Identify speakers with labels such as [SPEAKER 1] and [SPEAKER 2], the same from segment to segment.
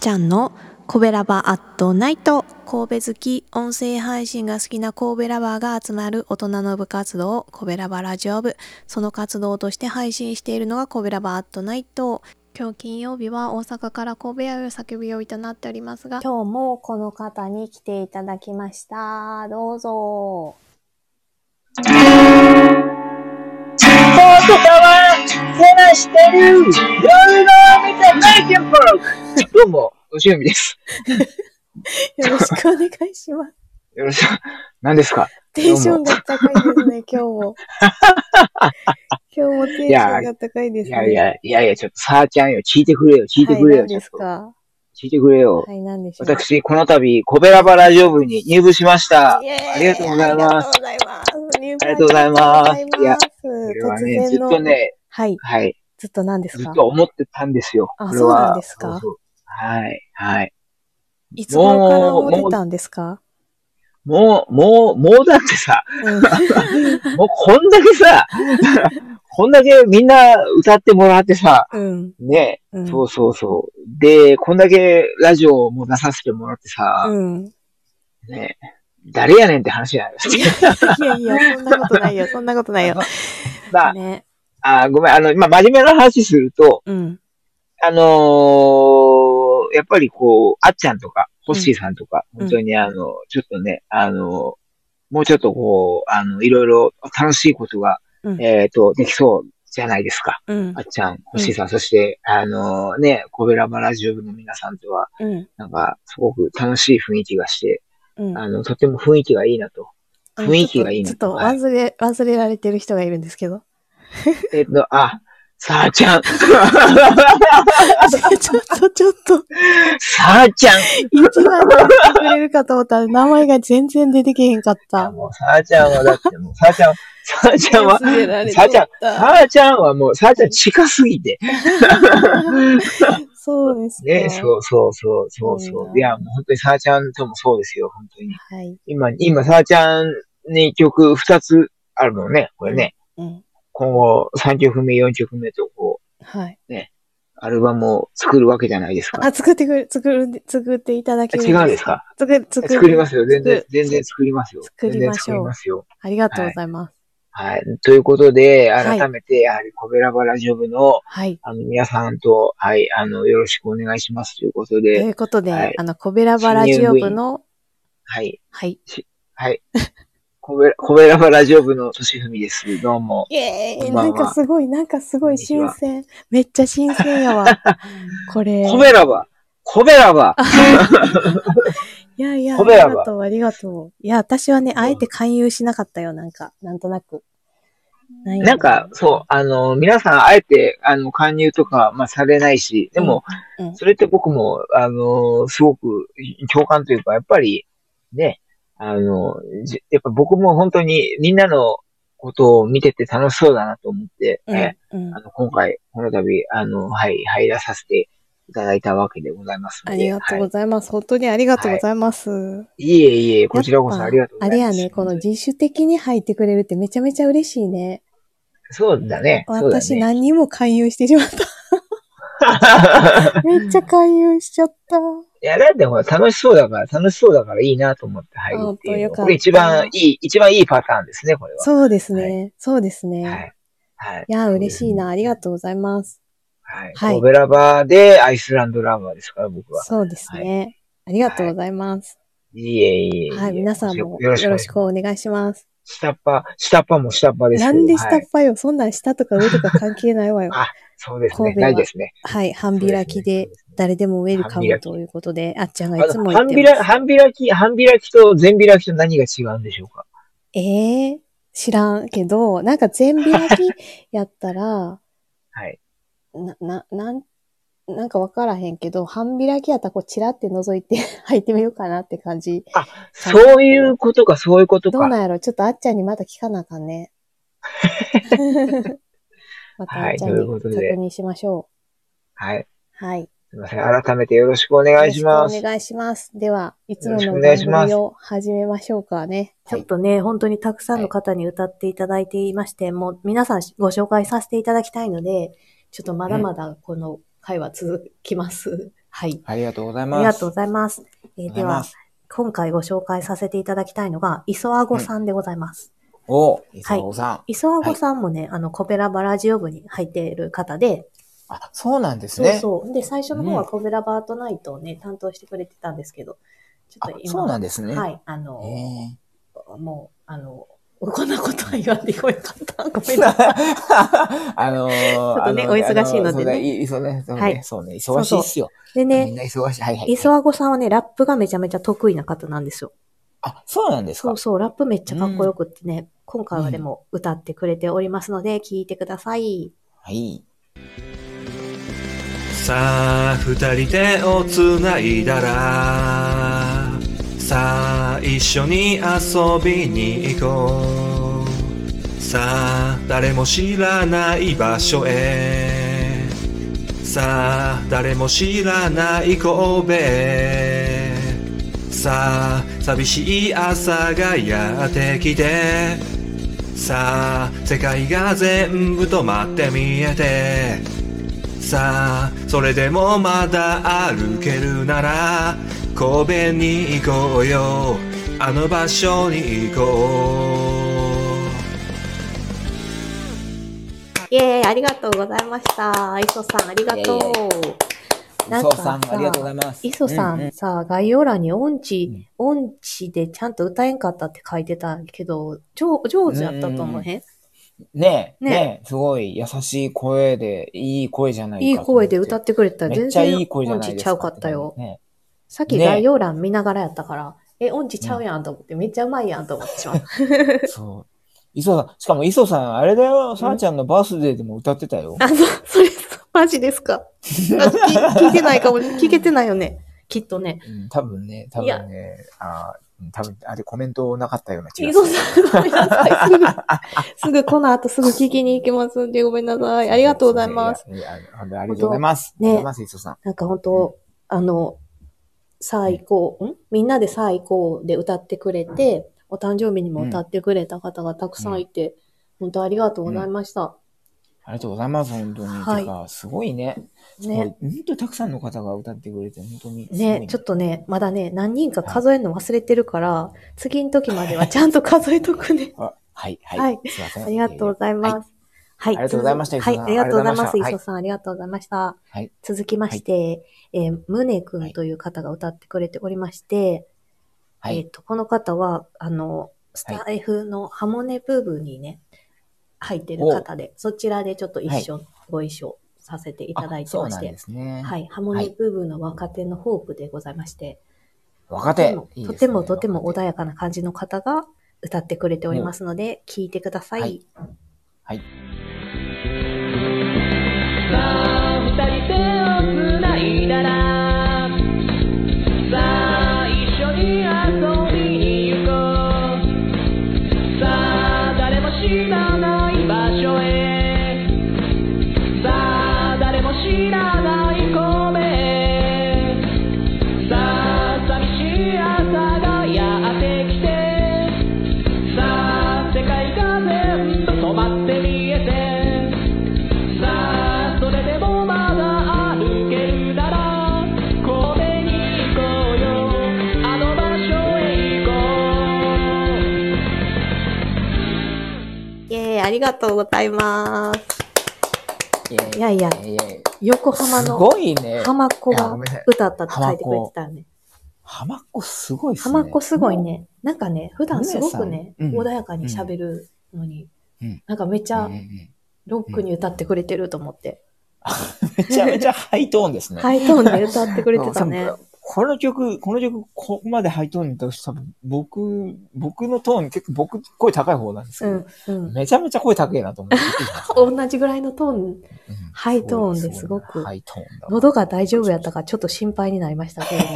[SPEAKER 1] ちゃんのコベラバアットナイト神戸好き音声配信が好きな神戸ラバーが集まる大人の部活動コベラバラジオ部その活動として配信しているのがコベラバアットナイト今日金曜日は大阪から神戸屋を叫びを営っておりますが
[SPEAKER 2] 今日もこの方に来ていただきました。どうぞ。
[SPEAKER 3] 僕は話してる夜の見たナイキンパークどうも、吉みです。
[SPEAKER 2] よろしくお願いします。
[SPEAKER 3] よろしく。何ですか
[SPEAKER 2] テンションが高いですね、今日も。 今日もテンションが高いで
[SPEAKER 3] い
[SPEAKER 2] すね。
[SPEAKER 3] やいや、いやいや、ちょっと、さーちゃんよ、聞いてくれよ、聞いてくれ
[SPEAKER 2] は
[SPEAKER 3] よ、
[SPEAKER 2] い、何
[SPEAKER 3] ちょ
[SPEAKER 2] で
[SPEAKER 3] っ
[SPEAKER 2] す
[SPEAKER 3] と。
[SPEAKER 2] か
[SPEAKER 3] 聞いてくれよ。
[SPEAKER 2] はい、何でしょう
[SPEAKER 3] 私、この度、コベラバラジオ部に入部しました。あ
[SPEAKER 2] イエーイ
[SPEAKER 3] りがとうございます。
[SPEAKER 2] あ
[SPEAKER 3] ありがとうございます
[SPEAKER 2] りがとうございます
[SPEAKER 3] これは
[SPEAKER 2] 突
[SPEAKER 3] ね、ずっ
[SPEAKER 2] 然の。
[SPEAKER 3] とね、
[SPEAKER 2] はい、
[SPEAKER 3] はい、
[SPEAKER 2] ずっと何です
[SPEAKER 3] ず
[SPEAKER 2] か
[SPEAKER 3] っと思ってたんですよ。
[SPEAKER 2] あ
[SPEAKER 3] これは
[SPEAKER 2] そうなんですか
[SPEAKER 3] そうそうはい、はい。
[SPEAKER 2] いつ頃からもう出たんですか
[SPEAKER 3] もう、もう、もうだってさ、
[SPEAKER 2] うん
[SPEAKER 3] もうこんだけさ、 こんだけみんな歌ってもらってさ、
[SPEAKER 2] うん。
[SPEAKER 3] ね、
[SPEAKER 2] うん。
[SPEAKER 3] そうそうそう。で、こんだけラジオも出させてもらってさ、
[SPEAKER 2] うん。
[SPEAKER 3] ね、誰やねんって話じゃないですか。
[SPEAKER 2] いやいや、そんなことないよ、そんなことないよ。
[SPEAKER 3] まあ、
[SPEAKER 2] ね。
[SPEAKER 3] あごめん、あの、今真面目な話すると、
[SPEAKER 2] うん。
[SPEAKER 3] あのーやっぱりこう、あっちゃんとか、ホッシーさんとか、
[SPEAKER 2] ん
[SPEAKER 3] 本当にあの、ちょっとね、あのもうちょっとこう、あの、いろいろ楽しいことが、
[SPEAKER 2] うん
[SPEAKER 3] えっ、と、できそうじゃないですか。
[SPEAKER 2] うん
[SPEAKER 3] あ。っちゃん、星井さん、そして、あのね、コベラマラジオ部の皆さんとは、
[SPEAKER 2] うん。
[SPEAKER 3] なんか、すごく楽しい雰囲気がして、
[SPEAKER 2] うん。
[SPEAKER 3] あの、とても雰囲気がいいなと。雰囲気がいいな
[SPEAKER 2] ちょっとちょっと忘れ、忘れられてる人がいるんで すけど。
[SPEAKER 3] えっと、あ、さあちゃん。
[SPEAKER 2] ちょっと、ちょっと、
[SPEAKER 3] さあちゃん。
[SPEAKER 2] 一番出てくれるかと思ったら、名前が全然出てけへんかっ
[SPEAKER 3] あ
[SPEAKER 2] た。
[SPEAKER 3] もうさあちゃんはだってもう、さあちゃん、さあちゃんは、
[SPEAKER 2] 忘れられ
[SPEAKER 3] さあち
[SPEAKER 2] て
[SPEAKER 3] ゃん
[SPEAKER 2] っ、た。
[SPEAKER 3] さあちゃんはもう、さあちゃん近すぎて。
[SPEAKER 2] そうですか
[SPEAKER 3] ね、そうそうそう、そう
[SPEAKER 2] う
[SPEAKER 3] そ
[SPEAKER 2] ん
[SPEAKER 3] う。いや、もう本当にさあちゃんともそうですよ、本当に。
[SPEAKER 2] はい。
[SPEAKER 3] 今、今、さあちゃんに曲2つあるのね、これね。
[SPEAKER 2] うん。
[SPEAKER 3] 今後3曲目、4曲目とこう、
[SPEAKER 2] はい。
[SPEAKER 3] アルバムを作るわけじゃないですか。
[SPEAKER 2] あ、作ってくれ、作るんで、作っていただける
[SPEAKER 3] 違うんですか
[SPEAKER 2] 作る、作る
[SPEAKER 3] 作りますよ。全然
[SPEAKER 2] 作、
[SPEAKER 3] 全然作りますよ。
[SPEAKER 2] 作りましょう
[SPEAKER 3] 全然作りますよ。
[SPEAKER 2] ありがとうございます。
[SPEAKER 3] はい。ということで、
[SPEAKER 2] はい
[SPEAKER 3] 改めて、やはりコベラバラジオ部の、
[SPEAKER 2] はい。
[SPEAKER 3] あの、皆さんと、はい、あの、よろしくお願いしますということ
[SPEAKER 2] と
[SPEAKER 3] で、
[SPEAKER 2] いうことで、
[SPEAKER 3] はい
[SPEAKER 2] あの、コベラバラジオ部の、
[SPEAKER 3] はい、
[SPEAKER 2] はい。
[SPEAKER 3] はい。コベラコベラバラジオ部のとしふみです。どうも。
[SPEAKER 2] イエー
[SPEAKER 3] こ
[SPEAKER 2] イ
[SPEAKER 3] んばん
[SPEAKER 2] な
[SPEAKER 3] は
[SPEAKER 2] んかすごい、なんかすごい新鮮。めっちゃ新鮮 やわ。これ。
[SPEAKER 3] コベラバコベラバ
[SPEAKER 2] いやいや、あ
[SPEAKER 3] コ
[SPEAKER 2] り
[SPEAKER 3] ベラ
[SPEAKER 2] が
[SPEAKER 3] は
[SPEAKER 2] とう、ありがとう。いや、私はね、あえて勧誘しなかったよ、なんか、なんとなく。な
[SPEAKER 3] なんか、そう、あの、皆さん、あえて、あの、勧入とか、まあ、されないし、でも、
[SPEAKER 2] うんうん
[SPEAKER 3] それって僕も、あの、すごく共感というか、やっぱり、ね、あの、じやっぱ僕も本当にみんなのことを見てて楽しそうだなと思って、
[SPEAKER 2] うん、
[SPEAKER 3] え
[SPEAKER 2] うん
[SPEAKER 3] あの今回、この度、あの、はい、入らさせていただいたわけでございますの
[SPEAKER 2] あ
[SPEAKER 3] で。
[SPEAKER 2] りがとうご
[SPEAKER 3] は
[SPEAKER 2] ざいます。本当にありがとうございます。
[SPEAKER 3] い、いえいえ、こちらこそありがとうございます。
[SPEAKER 2] あれやね、この自主的に入ってくれるってめちゃめちゃ嬉しいね。
[SPEAKER 3] そうだね。そうだ
[SPEAKER 2] 私
[SPEAKER 3] ね。
[SPEAKER 2] 何にも勧誘してしま った。めっちゃ勧誘しちゃった。
[SPEAKER 3] いや、だってほら、楽しそうだから、楽しそうだからいいなと思って入るっていう
[SPEAKER 2] あ本当
[SPEAKER 3] の。
[SPEAKER 2] よかった
[SPEAKER 3] これ一番いい、一番いいパターンですね、これは。
[SPEAKER 2] そうですね、
[SPEAKER 3] は
[SPEAKER 2] そうですね。、
[SPEAKER 3] はいい。はい。
[SPEAKER 2] や、嬉しいな。ありがとうございます。
[SPEAKER 3] はい。
[SPEAKER 2] はい
[SPEAKER 3] オベラバーでアイスランドラバーですから、僕は。
[SPEAKER 2] そうですね、ありがとうございます。
[SPEAKER 3] いえいえいえ。
[SPEAKER 2] はい、皆さんも
[SPEAKER 3] よ
[SPEAKER 2] よ
[SPEAKER 3] ろしくお願
[SPEAKER 2] ろ
[SPEAKER 3] い
[SPEAKER 2] し
[SPEAKER 3] します。
[SPEAKER 2] くお願いします。
[SPEAKER 3] 下っ端、下っ端も下っ端ですけ
[SPEAKER 2] な
[SPEAKER 3] ど。
[SPEAKER 2] んで下
[SPEAKER 3] は
[SPEAKER 2] っ
[SPEAKER 3] い
[SPEAKER 2] 端よ。そんなん下とか上とか関係ないわ
[SPEAKER 3] 。
[SPEAKER 2] よ
[SPEAKER 3] あそうです
[SPEAKER 2] 神
[SPEAKER 3] ね。
[SPEAKER 2] 戸は
[SPEAKER 3] ないですね。
[SPEAKER 2] はい。半開きで
[SPEAKER 3] そうすね
[SPEAKER 2] 誰でもウェルカ
[SPEAKER 3] 半開
[SPEAKER 2] ム
[SPEAKER 3] き
[SPEAKER 2] ということで、あっちゃんがい
[SPEAKER 3] あ
[SPEAKER 2] つ
[SPEAKER 3] の
[SPEAKER 2] も言っ
[SPEAKER 3] 半
[SPEAKER 2] て
[SPEAKER 3] 開
[SPEAKER 2] ます。
[SPEAKER 3] 半開き、半開きと全開きと何が違うんでしょうか
[SPEAKER 2] ええ知らんけど、なんか 全開きやったら、
[SPEAKER 3] はい。
[SPEAKER 2] な、な、なん、なんかわからへんけど、半開きやったらこうチラって覗いて 入ってみようかなって感じ。
[SPEAKER 3] そういうことか、そういうこと
[SPEAKER 2] どう
[SPEAKER 3] か。
[SPEAKER 2] なんやろちょっとあっちゃんにまた聞かなあかん ね。 またあっちゃ
[SPEAKER 3] はいと
[SPEAKER 2] ん
[SPEAKER 3] い
[SPEAKER 2] に
[SPEAKER 3] うこ
[SPEAKER 2] 確
[SPEAKER 3] とで
[SPEAKER 2] 認しましょ
[SPEAKER 3] はい。
[SPEAKER 2] う。はい。
[SPEAKER 3] すいません。改めてよろしくお願いし
[SPEAKER 2] よ
[SPEAKER 3] ま
[SPEAKER 2] ろ
[SPEAKER 3] す
[SPEAKER 2] くお。願いします。では、いつも
[SPEAKER 3] よろしく
[SPEAKER 2] の
[SPEAKER 3] お願いし
[SPEAKER 2] 番
[SPEAKER 3] ます
[SPEAKER 2] 組を始めましょうかね。ち
[SPEAKER 3] はい
[SPEAKER 2] ょっとね、本当にたくさんの方に歌っていただいていまして、もう皆さん ご紹介させていただきたいので、ちょっとまだまだこの回は続きます。はい。
[SPEAKER 3] ありがとうござい
[SPEAKER 2] あ
[SPEAKER 3] ます。
[SPEAKER 2] りがとうございます。え
[SPEAKER 3] ご
[SPEAKER 2] ー
[SPEAKER 3] ざ
[SPEAKER 2] で
[SPEAKER 3] いま
[SPEAKER 2] は
[SPEAKER 3] す、
[SPEAKER 2] 今回ご紹介させていただきたいのが、磯あごさんでございます。
[SPEAKER 3] お、伊沢さん、
[SPEAKER 2] 磯あごさんもね、あの、コペラバラジオ部に入っている方で、
[SPEAKER 3] あ、そうなんです
[SPEAKER 2] そう
[SPEAKER 3] ね。
[SPEAKER 2] そう。で、最初の方は
[SPEAKER 3] うん
[SPEAKER 2] コペラバートナイトをね、担当してくれてたんですけど、ちょっと
[SPEAKER 3] あ、
[SPEAKER 2] 今、
[SPEAKER 3] そうなんですね。
[SPEAKER 2] はい、あの、
[SPEAKER 3] え え
[SPEAKER 2] もう、あの、こんなことは言わんでよかった。 ごめんなさい。
[SPEAKER 3] あのー、ちょ
[SPEAKER 2] っとねお忙しいのでね
[SPEAKER 3] そうだいいそうね、そうね、
[SPEAKER 2] はい
[SPEAKER 3] そうね、忙しいっすよ。み
[SPEAKER 2] で
[SPEAKER 3] ん
[SPEAKER 2] ね、
[SPEAKER 3] な忙しい。はいはい。
[SPEAKER 2] 磯あごさんはね、ラップがめちゃめちゃ得意な方なんですよ。
[SPEAKER 3] あ、そうなんです
[SPEAKER 2] そ
[SPEAKER 3] か
[SPEAKER 2] うそう、ラップめっちゃかっこよくってね、今回はでも歌ってくれておりますので、聞いてください。
[SPEAKER 3] はい。
[SPEAKER 1] さあ二人手をつないだらさあ一緒に遊びに行こうさあ誰も知らない場所へさあ誰も知らない神戸さあ寂しい朝がやってきてさあ世界が全部止まって見えてさあそれでもまだ歩けるなら神戸に行こうよあの場所に行こう
[SPEAKER 2] イェーイ、ありがとうございました。磯さん、ありがと
[SPEAKER 3] い
[SPEAKER 2] う
[SPEAKER 3] やいや。
[SPEAKER 2] な
[SPEAKER 3] 伊
[SPEAKER 2] んか
[SPEAKER 3] 沢さん、ありがとうございます。
[SPEAKER 2] 磯さ
[SPEAKER 3] うんうん
[SPEAKER 2] さ、概要欄に音痴、音痴でちゃんと歌えんかったって書いてたけど、上上手やったと思うへん
[SPEAKER 3] んねえ、
[SPEAKER 2] ねえ
[SPEAKER 3] ねえ、すごい優しい声で、いい声じゃないか
[SPEAKER 2] いい声で歌
[SPEAKER 3] っ
[SPEAKER 2] ってくれてた
[SPEAKER 3] た
[SPEAKER 2] ら
[SPEAKER 3] めっ
[SPEAKER 2] 全
[SPEAKER 3] ちゃ
[SPEAKER 2] 然
[SPEAKER 3] いい声じゃ
[SPEAKER 2] 音
[SPEAKER 3] ない
[SPEAKER 2] 痴
[SPEAKER 3] です
[SPEAKER 2] ち
[SPEAKER 3] か。
[SPEAKER 2] ゃうかったよ。
[SPEAKER 3] ね
[SPEAKER 2] さっき
[SPEAKER 3] ね
[SPEAKER 2] 概要欄見ながらやったから、え、音痴ちゃうやんと思って、めっちゃうまいやんと思ってしまう。
[SPEAKER 3] え。そう。磯さん、しかも磯さん、あれだよ、さあちゃんのバースデーでも歌ってたよ。
[SPEAKER 2] あ、そ、それ、マジですか私聞聞いてないかも、聞けてないよね。きっとね。
[SPEAKER 3] うん、多分ね、多
[SPEAKER 2] いや
[SPEAKER 3] 分ね、あーうん多分あれコメントなかったような気がす
[SPEAKER 2] 磯
[SPEAKER 3] る。
[SPEAKER 2] さん、ごめんなさい。すぐ、すぐこの後すぐ聞きに行きますんで、ごめんなさ い。ありがとうございます。
[SPEAKER 3] いや。いやいや本当にありがとうございます。あ
[SPEAKER 2] ね
[SPEAKER 3] りがとうございます、磯さん。
[SPEAKER 2] なんか本当、あの、さあ行こう、んみんなでさあ行こうで歌ってくれて、お誕生日にも歌ってくれた方がたくさんいて、本当ありがとうございました。
[SPEAKER 3] ありがとうございます、本当に。
[SPEAKER 2] はい
[SPEAKER 3] てか、すごいね。
[SPEAKER 2] ね。
[SPEAKER 3] 本当たくさんの方が歌ってくれて、本当にすごい。
[SPEAKER 2] ね、ちょっとね、まだね、何人か数えるの忘れてるから、次の時ま ではちゃんと数えとくね。
[SPEAKER 3] あはい、はい。
[SPEAKER 2] はい
[SPEAKER 3] すいません。
[SPEAKER 2] ありがとうござい
[SPEAKER 3] は
[SPEAKER 2] ます。はい。
[SPEAKER 3] ありがとうございました磯さ
[SPEAKER 2] 続き
[SPEAKER 3] ん
[SPEAKER 2] はい。ありがとうございます。
[SPEAKER 3] ありがとうございました
[SPEAKER 2] 磯さん、ありがとうございました。
[SPEAKER 3] はい
[SPEAKER 2] 続きまして、えー、ムネ君という方が歌ってくれておりまして、
[SPEAKER 3] はい
[SPEAKER 2] えっと、この方は、あの、スタイフのハモネブーブーにね、入ってる方で、そちらでちょっと一緒、ご一緒させていただいて
[SPEAKER 3] あそ
[SPEAKER 2] ま
[SPEAKER 3] うな
[SPEAKER 2] し
[SPEAKER 3] ん
[SPEAKER 2] て
[SPEAKER 3] で、すね。
[SPEAKER 2] はい。ハモネブーブーの若手のホープでございまして、
[SPEAKER 3] 若手。
[SPEAKER 2] とて
[SPEAKER 3] いい
[SPEAKER 2] も
[SPEAKER 3] ですね
[SPEAKER 2] とてもとても穏やかな感じの方が歌ってくれておりますので、聞いてくださ
[SPEAKER 3] はいいはい。
[SPEAKER 4] さあ二人手をつないだらさあ一緒に遊びに行こうさあ誰も知らない場所へさあ誰も知らない神戸さあ寂しい朝がやってきてさあ世界が全部止まって見えてさあそれでもまだ歩けるなら神戸に行こうよあの場所へ行こう
[SPEAKER 2] イェーイ、ありがとうございます。い
[SPEAKER 3] い
[SPEAKER 2] やいや
[SPEAKER 3] いやいや
[SPEAKER 2] 横浜
[SPEAKER 3] す
[SPEAKER 2] の
[SPEAKER 3] ごいね。
[SPEAKER 2] 浜子
[SPEAKER 3] いや
[SPEAKER 2] が
[SPEAKER 3] ごめんなさい
[SPEAKER 2] 歌ったって書いてくれてたよね。
[SPEAKER 3] 浜子すごいっすね。
[SPEAKER 2] 浜子すごいね。なんかね、普段すごく
[SPEAKER 3] ね
[SPEAKER 2] ね、
[SPEAKER 3] さんうん
[SPEAKER 2] 穏やかに喋るのに、
[SPEAKER 3] うん
[SPEAKER 2] なんかめち
[SPEAKER 3] うん
[SPEAKER 2] ゃ
[SPEAKER 3] うんうん。
[SPEAKER 2] ロックに歌ってくれてると思って、
[SPEAKER 3] めちゃめちゃハイトーンですね。
[SPEAKER 2] ハイトーンで歌ってくれてた ね
[SPEAKER 3] 多。分この曲、この曲、ここまでハイトーンに出すと多分僕、僕のトーン結構僕声高い方なんですけ
[SPEAKER 2] う
[SPEAKER 3] ど、
[SPEAKER 2] ん、うん。
[SPEAKER 3] めちゃめちゃ声高いなと思ってびっくりしました。
[SPEAKER 2] 同じぐらいのトーン、
[SPEAKER 3] うん
[SPEAKER 2] ハイトーンですごく
[SPEAKER 3] ハイトーンだわ
[SPEAKER 2] 喉が大丈夫やったかちょっと心配になりましたけれども。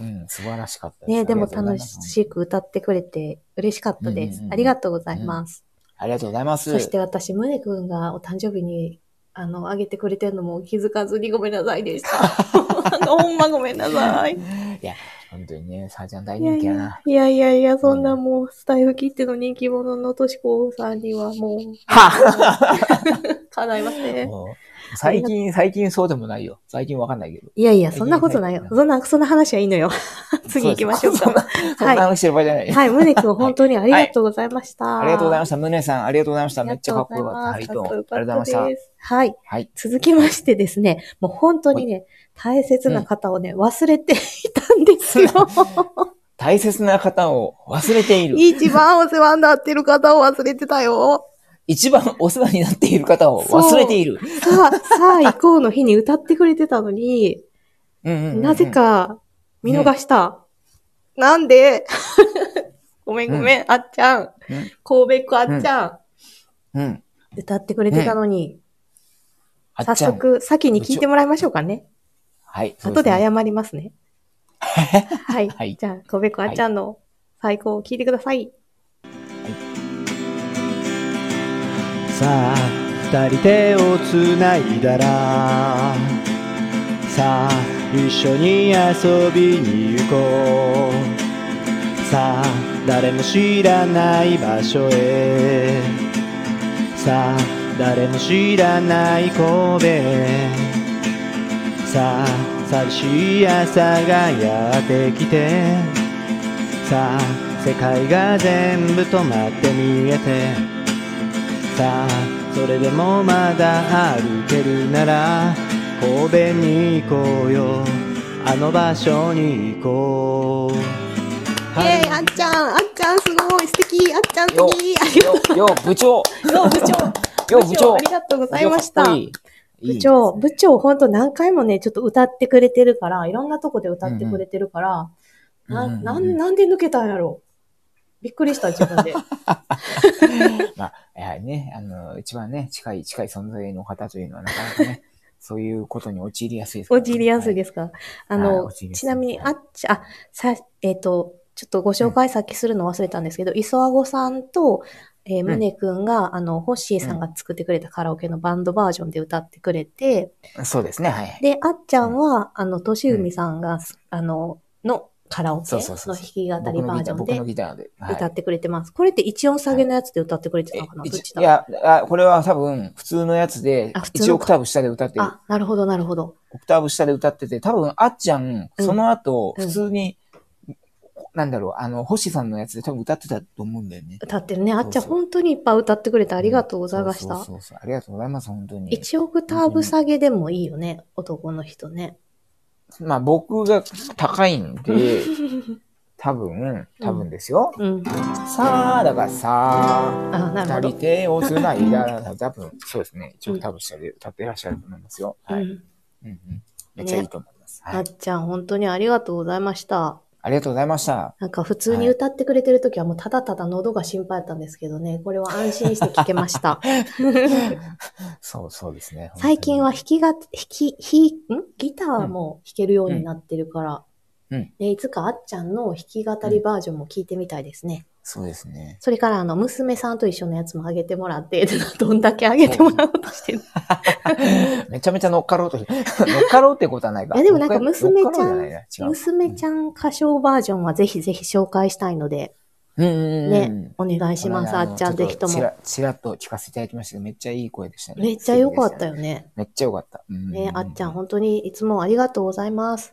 [SPEAKER 3] うん、素晴らしかった
[SPEAKER 2] ね、でも
[SPEAKER 3] あり
[SPEAKER 2] 楽
[SPEAKER 3] がとうございます
[SPEAKER 2] しく歌ってくれて嬉しかったで
[SPEAKER 3] うん
[SPEAKER 2] す
[SPEAKER 3] うんう。ん
[SPEAKER 2] ありがとうございます。
[SPEAKER 3] ありがとうございます。
[SPEAKER 2] そして私、ムネ君がお誕生日に、あの、あげてくれてるのも気づかずにごめんなさい でした。あの、ほんまごめんなさい。
[SPEAKER 3] 本当にね、さあちゃん大
[SPEAKER 2] いや
[SPEAKER 3] 人
[SPEAKER 2] い
[SPEAKER 3] 気や
[SPEAKER 2] や
[SPEAKER 3] な。、
[SPEAKER 2] いやいやいや、そんなもう、スタイフ切っての人気者のとしこさんにはもう、
[SPEAKER 3] は
[SPEAKER 2] 叶いませ ん。
[SPEAKER 3] もう最近、最近そうでもないよ。最近わかんないけど。
[SPEAKER 2] いやいや、そんなことないよ。そんな、そんな話はいいのよ。 次行きましょう
[SPEAKER 3] そうで
[SPEAKER 2] か。
[SPEAKER 3] すそんな話してる場合じゃない。
[SPEAKER 2] はい、宗くん本当にありがとうございました。
[SPEAKER 3] ありがとうございま
[SPEAKER 2] し
[SPEAKER 3] した。ムネさん、ありがとうございました。
[SPEAKER 2] た
[SPEAKER 3] めっちゃかっこよかった。はい、どうも。ありがとうございまし
[SPEAKER 2] か
[SPEAKER 3] た
[SPEAKER 2] っこよかった。ですはい。
[SPEAKER 3] はい。
[SPEAKER 2] 続きましてですね、もう本当にね、大切な方をね、忘れていたんですよ。
[SPEAKER 3] 大切な方を忘れている。
[SPEAKER 2] 一番お世話になってる方を忘れてたよ。
[SPEAKER 3] 一番お世話になっている方を忘れている。
[SPEAKER 2] さあ、さあ行こうの日に歌ってくれてたのに、
[SPEAKER 3] うんうんうんうん
[SPEAKER 2] なぜ。か見逃した。なんで ごめんごめん、あっちゃん。神戸区あっちゃん。
[SPEAKER 3] うん。
[SPEAKER 2] 歌ってくれてたのに、
[SPEAKER 3] あ
[SPEAKER 2] 早
[SPEAKER 3] っちゃん。
[SPEAKER 2] 速、先に聞いてもらいましょうかね。
[SPEAKER 3] はい。
[SPEAKER 2] 後で
[SPEAKER 3] そうすね
[SPEAKER 2] 謝りま すね。はい。
[SPEAKER 3] はい
[SPEAKER 2] じゃあ、神戸くあっちゃんの最高を聞いてください。
[SPEAKER 5] さあ二人手をつないだらさあ一緒に遊びに行こうさあ誰も知らない場所へさあ誰も知らない神戸さあ寂しい朝がやってきてさあ世界が全部止まって見えてさあそれでもまだ歩けるなら神戸に行こうよあの場所に行こう
[SPEAKER 2] イェーイ、あっちゃん、あっちゃんすごい、素敵、あっちゃん素
[SPEAKER 3] よ
[SPEAKER 2] 敵。ありがと
[SPEAKER 3] よ、よ、部長。
[SPEAKER 2] う、よう部長。
[SPEAKER 3] よ、部長
[SPEAKER 2] あり。がとうございました。
[SPEAKER 3] 部長かっこいいいい
[SPEAKER 2] 部長、部長、ほんと何回もね、ちょっと歌ってくれてるから、いろんなとこで歌ってくれてるから、な、
[SPEAKER 3] うんうん
[SPEAKER 2] なん、なんで抜けたんやろう。びっくりした、自分で。
[SPEAKER 3] まあ、やはりね、あの、一番ね、近い、近い存在の方というのは、なかなか ね、そういうことに陥りやすいですからね、。
[SPEAKER 2] 陥りやすいですすか、あ
[SPEAKER 3] はい
[SPEAKER 2] の、
[SPEAKER 3] 陥りやすい
[SPEAKER 2] ちなみに、
[SPEAKER 3] は
[SPEAKER 2] あ
[SPEAKER 3] い
[SPEAKER 2] っち、あ、さ、えっ、と、ちょっとご紹介先するの忘れたんですけど、磯あごさんと、えー、
[SPEAKER 3] ん
[SPEAKER 2] むねくんが、あの、ホッシーさんが作ってくれたカラオケのバンドバージョンで歌ってくれて、
[SPEAKER 3] そうですね、はい。
[SPEAKER 2] で、あっちゃんは、あの、としうみさんが、あの、のカラオケ
[SPEAKER 3] そ
[SPEAKER 2] の
[SPEAKER 3] うそうそう
[SPEAKER 2] 弾
[SPEAKER 3] そう
[SPEAKER 2] き語りバージョン
[SPEAKER 3] 僕の
[SPEAKER 2] で
[SPEAKER 3] ギター僕のギターで。はい
[SPEAKER 2] 歌ってくれてます。これって一音下げのやつで歌ってくれてたのかな、
[SPEAKER 3] え
[SPEAKER 2] どっ
[SPEAKER 3] 一
[SPEAKER 2] ちだ
[SPEAKER 3] いやあ、これは多分、普通のやつで
[SPEAKER 2] あ普、通の
[SPEAKER 3] 1オクターブ下で歌ってる。
[SPEAKER 2] あ、なるほど、なるほど。
[SPEAKER 3] オクターブ下で歌ってて、多分、あっちゃん、
[SPEAKER 2] うん
[SPEAKER 3] その後、
[SPEAKER 2] うん
[SPEAKER 3] 普通に、なんだろう、あの、星さんのやつで多分歌ってたと思うんだよね。
[SPEAKER 2] 歌ってるね。あっちゃん
[SPEAKER 3] そうそう
[SPEAKER 2] 本当にいっぱい歌ってくれてありがとうございまし
[SPEAKER 3] そ
[SPEAKER 2] た。
[SPEAKER 3] うそうそうそうありがとうございます、本当に。
[SPEAKER 2] 1オクターブ下げでもいいよね、男の人ね。
[SPEAKER 3] まあ、僕が高いん で、多分、多分ですよ。
[SPEAKER 2] うん。
[SPEAKER 3] さあ、だからさ
[SPEAKER 2] あ、
[SPEAKER 3] あ、
[SPEAKER 2] な
[SPEAKER 3] 二
[SPEAKER 2] る
[SPEAKER 3] 人
[SPEAKER 2] ほ
[SPEAKER 3] 手をつないだら、多分、そうですね。一応多分下で歌ってらっしゃると思いますよ。
[SPEAKER 2] ど。
[SPEAKER 3] はい。
[SPEAKER 2] う
[SPEAKER 3] うん
[SPEAKER 2] ん
[SPEAKER 3] うん。めっちゃいいと思います。
[SPEAKER 2] あ
[SPEAKER 3] は
[SPEAKER 2] っ
[SPEAKER 3] い。
[SPEAKER 2] ちゃん、本当にありがとうございました。
[SPEAKER 3] ありがとうございました。
[SPEAKER 2] なんか普通に歌ってくれてるときはもうただただ喉が心配だったんですけどね、これは安心して聞け ました。
[SPEAKER 3] そうそうですね。
[SPEAKER 2] 最近は
[SPEAKER 3] 本
[SPEAKER 2] 弾きが、弾き、弾、んギターも弾けるようになってるから、
[SPEAKER 3] うんうん
[SPEAKER 2] でいつかあっちゃんの弾き語りバージョンも聞いてみたいですね。
[SPEAKER 3] 当に。そうですね。
[SPEAKER 2] それから、あの、娘さんと一緒のやつもあげてもらって、 どんだけあげてもらおうとしてる
[SPEAKER 3] めちゃめちゃ乗っかろうと。乗 っかろうってことはないか。
[SPEAKER 2] いやでもなんか
[SPEAKER 3] 乗っ
[SPEAKER 2] 娘ちゃ
[SPEAKER 3] 乗
[SPEAKER 2] ん
[SPEAKER 3] っかろうじないな違う。
[SPEAKER 2] 娘ちゃん歌唱バージョンはぜひぜひ紹介したいので、
[SPEAKER 3] うんうんう
[SPEAKER 2] ね
[SPEAKER 3] ん。、
[SPEAKER 2] お願いします。あ
[SPEAKER 3] の
[SPEAKER 2] っちゃん、ぜひと。
[SPEAKER 3] ちょっ
[SPEAKER 2] も。
[SPEAKER 3] とちらちらっと聞かせていただきましたけど、めっちゃいい声でしたね。
[SPEAKER 2] めっちゃ良かったよ
[SPEAKER 3] ね。
[SPEAKER 2] ね。
[SPEAKER 3] めっちゃ良かった。うんうんうん
[SPEAKER 2] ね、あっちゃん、。本当にいつもありがとうございます。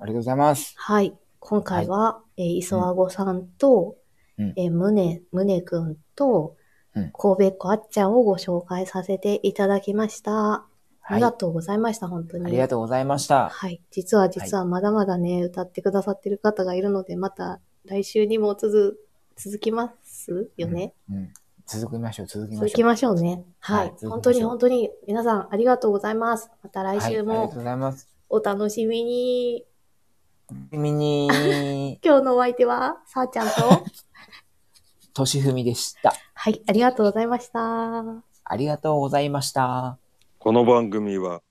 [SPEAKER 3] ありがとうございます。
[SPEAKER 2] はい。今回は、えー、磯あごさんと、
[SPEAKER 3] うん
[SPEAKER 2] えー、むね、むねくんと
[SPEAKER 3] うん、
[SPEAKER 2] 神戸っ子あっちゃんをご紹介させていただきました。あ
[SPEAKER 3] は
[SPEAKER 2] り
[SPEAKER 3] い。
[SPEAKER 2] が
[SPEAKER 3] あ
[SPEAKER 2] とうございました、本当に。
[SPEAKER 3] りがとうございました。
[SPEAKER 2] はい。実は実はまだまだね、歌ってくださってる方がいるので、また来週にも続、続きますよね。
[SPEAKER 3] うん。続きましょう、続きま
[SPEAKER 2] 続
[SPEAKER 3] しょう。
[SPEAKER 2] きましょうね。は
[SPEAKER 3] はいい続きまし。ょう
[SPEAKER 2] 本当に本当に皆さんありがとうございます。また来週
[SPEAKER 3] はいありがとう
[SPEAKER 2] も
[SPEAKER 3] ございます。
[SPEAKER 2] お楽しみに。
[SPEAKER 3] 君に、
[SPEAKER 2] 今日のお相手は、さあち ゃんと。
[SPEAKER 3] としふみでした。
[SPEAKER 2] はい。ありがとうございました。
[SPEAKER 3] ありがとうございました。
[SPEAKER 6] この番組は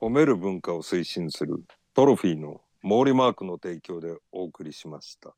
[SPEAKER 6] 褒める文化を推進するトロフィーの毛利マークの提供でお送りしました。